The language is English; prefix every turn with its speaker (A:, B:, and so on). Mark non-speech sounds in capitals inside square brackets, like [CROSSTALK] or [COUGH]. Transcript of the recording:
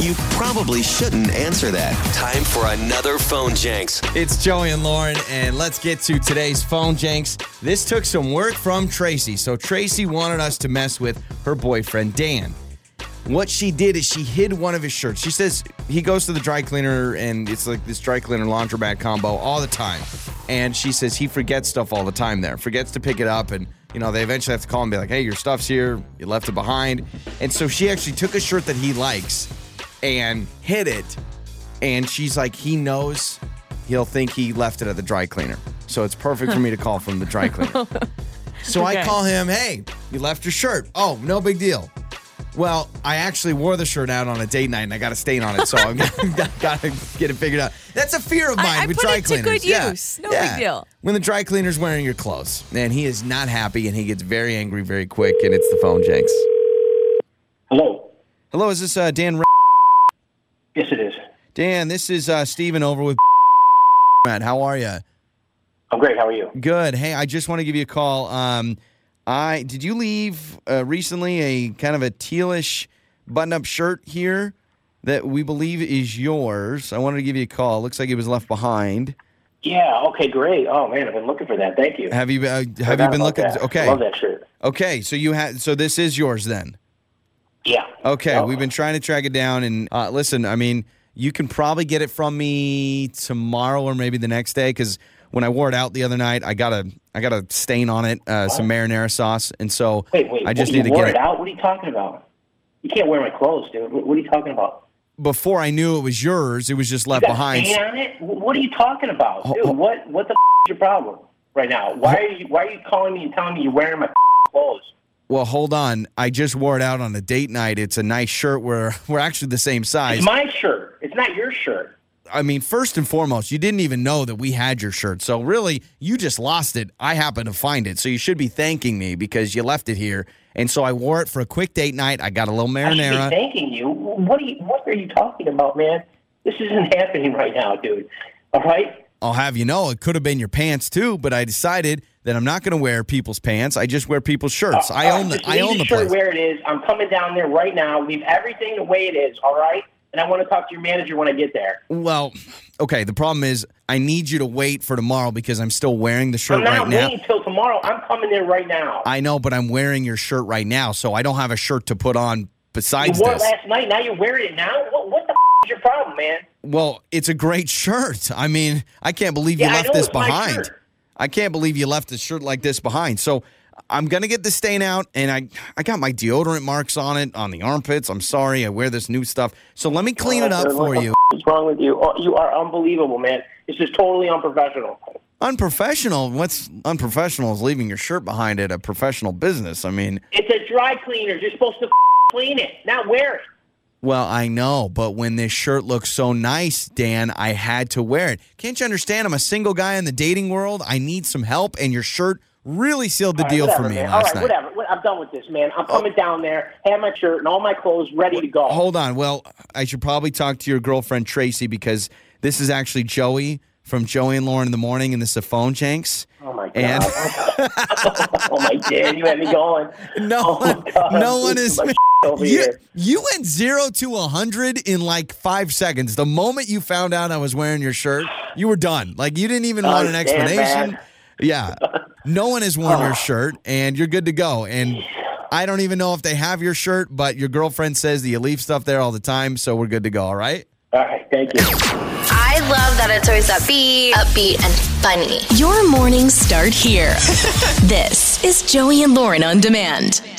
A: You probably shouldn't answer that. Time for another phone janks.
B: It's Joey and Lauren, and let's get to today's phone janks. This took some work from Tracy. So, Tracy wanted us to mess with her boyfriend, Dan. What she did is she hid one of his shirts. She says he goes to the dry cleaner, and it's like this dry cleaner laundromat combo all the time. And she says he forgets stuff all the time there, forgets to pick it up. And, you know, they eventually have to call and be like, hey, your stuff's here. You left it behind. And so she actually took a shirt that he likes and hid it. And she's like, he knows he'll think he left it at the dry cleaner. So it's perfect for me to call from the dry cleaner. so I
C: Okay.
B: call him, hey, you left your shirt. Oh, no big deal. Well, I actually wore the shirt out on a date night and I got a stain on it. So I'm [LAUGHS] got to get it figured out. That's a fear of
C: I-
B: mine
C: I
B: with
C: put
B: dry
C: it to
B: cleaners.
C: good use. No big deal.
B: When the dry cleaner's wearing your clothes and he is not happy and he gets very angry very quick and it's the phone janks.
D: Hello.
B: Hello, is this uh, Dan? Ra-
D: Yes, it is.
B: Dan, this is uh, Steven over with [LAUGHS] Matt. How are you?
D: I'm great. How are you?
B: Good. Hey, I just want to give you a call. Um, I did you leave uh, recently a kind of a tealish button-up shirt here that we believe is yours. I wanted to give you a call. Looks like it was left behind.
D: Yeah. Okay. Great. Oh man, I've been looking for that. Thank you.
B: Have you uh, have you
D: Forgot
B: been
D: about
B: looking?
D: that.
B: Okay,
D: Love that shirt.
B: okay. So you had so this is yours then.
D: Yeah.
B: Okay,
D: Oh,
B: we've been trying to track it down, and uh, listen, I mean, you can probably get it from me tomorrow or maybe the next day because when I wore it out the other night, I got a I got a stain on it, uh, some marinara sauce, and so
D: Wait, wait.
B: I just
D: what, you
B: need to
D: wore
B: get
D: it out. What are you talking about? You can't wear my clothes, dude. What, what are you talking about?
B: Before I knew it was yours, it was just left
D: You got
B: behind.
D: stain on it? Wh- What are you talking about, dude? What What the f- is your problem right now? Why are you Why are you calling me and telling me you're wearing my f- clothes?
B: Well, hold on, I just wore it out on a date night. It's a nice shirt. We're [LAUGHS] we're actually the same size.
D: It's my shirt. It's not your shirt.
B: I mean, first and foremost, you didn't even know that we had your shirt. So really, you just lost it. I happened to find it. So you should be thanking me because you left it here. And so I wore it for a quick date night. I got a little
D: I should be [LAUGHS]
B: marinara.
D: thanking you. What are you What are you talking about, man? This isn't [LAUGHS] happening right now, dude. All right.
B: I'll have you know, it could have been your pants too, but I decided that I'm not going to wear people's pants. I just wear people's shirts. I
D: Uh,
B: own the
D: just
B: I
D: leave
B: own the
D: shirt
B: place.
D: where it is. I'm coming down there right now. Leave everything the way it is. All right. And I want to talk to your manager when I get there.
B: Well, okay, the problem is I need you to wait for tomorrow because I'm still wearing the shirt
D: I'm not
B: right now.
D: waiting till tomorrow. I'm coming in right now.
B: I know, but I'm wearing your shirt right now, so I don't have a shirt to put on
D: you
B: besides
D: wore it
B: this.
D: last night. Now you're wearing it now. What, what the f- is your problem, man?
B: Well, it's a great shirt. I mean, I can't believe you
D: Yeah, I
B: left
D: know
B: this
D: it's my
B: behind.
D: shirt.
B: I can't believe you left a shirt like this behind. So I'm gonna get the stain out, and I I got my deodorant marks on it on the armpits. I'm sorry, I wear this new stuff. So let me clean it up for
D: what the
B: you.
D: f- What's wrong with you? Oh, you are unbelievable, man. This is totally unprofessional.
B: Unprofessional. What's unprofessional is leaving your shirt behind at a professional business. I mean,
D: It's a dry cleaner. You're supposed to f- clean it, not wear it.
B: well, I know, but when this shirt looks so nice, Dan, I had to wear it. Can't you understand? I'm a single guy in the dating world. I need some help, and your shirt really sealed the
D: All right,
B: deal
D: whatever,
B: for me
D: man.
B: last
D: all right,
B: night. Oh.
D: whatever. What- I'm done with this, man. I'm coming down there, have my shirt and all my clothes ready to go.
B: Hold on. Well, I should probably talk to your girlfriend Tracy because this is actually Joey from Joey and Lauren in the morning, and this is a phone janks.
D: Oh my god!
B: And-
D: oh my god! You had me going.
B: [LAUGHS] No
D: [LAUGHS] oh my
B: one-
D: God.
B: no
D: This
B: one
D: is
B: is- [LAUGHS]
D: [LAUGHS] my over
B: You,
D: here.
B: you went zero to a hundred in like five seconds. The moment you found out I was wearing your shirt, you were done. Like you didn't even want an
D: Understand
B: explanation.
D: that.
B: Yeah, no one has worn your shirt, and you're good to go. And I don't even know if they have your shirt, but your girlfriend says that you leave stuff there all the time, so we're good to go. All right.
D: All right, thank you.
E: I love that it's always upbeat, upbeat, and funny.
F: Your mornings start here. this is Joey and Lauren on demand.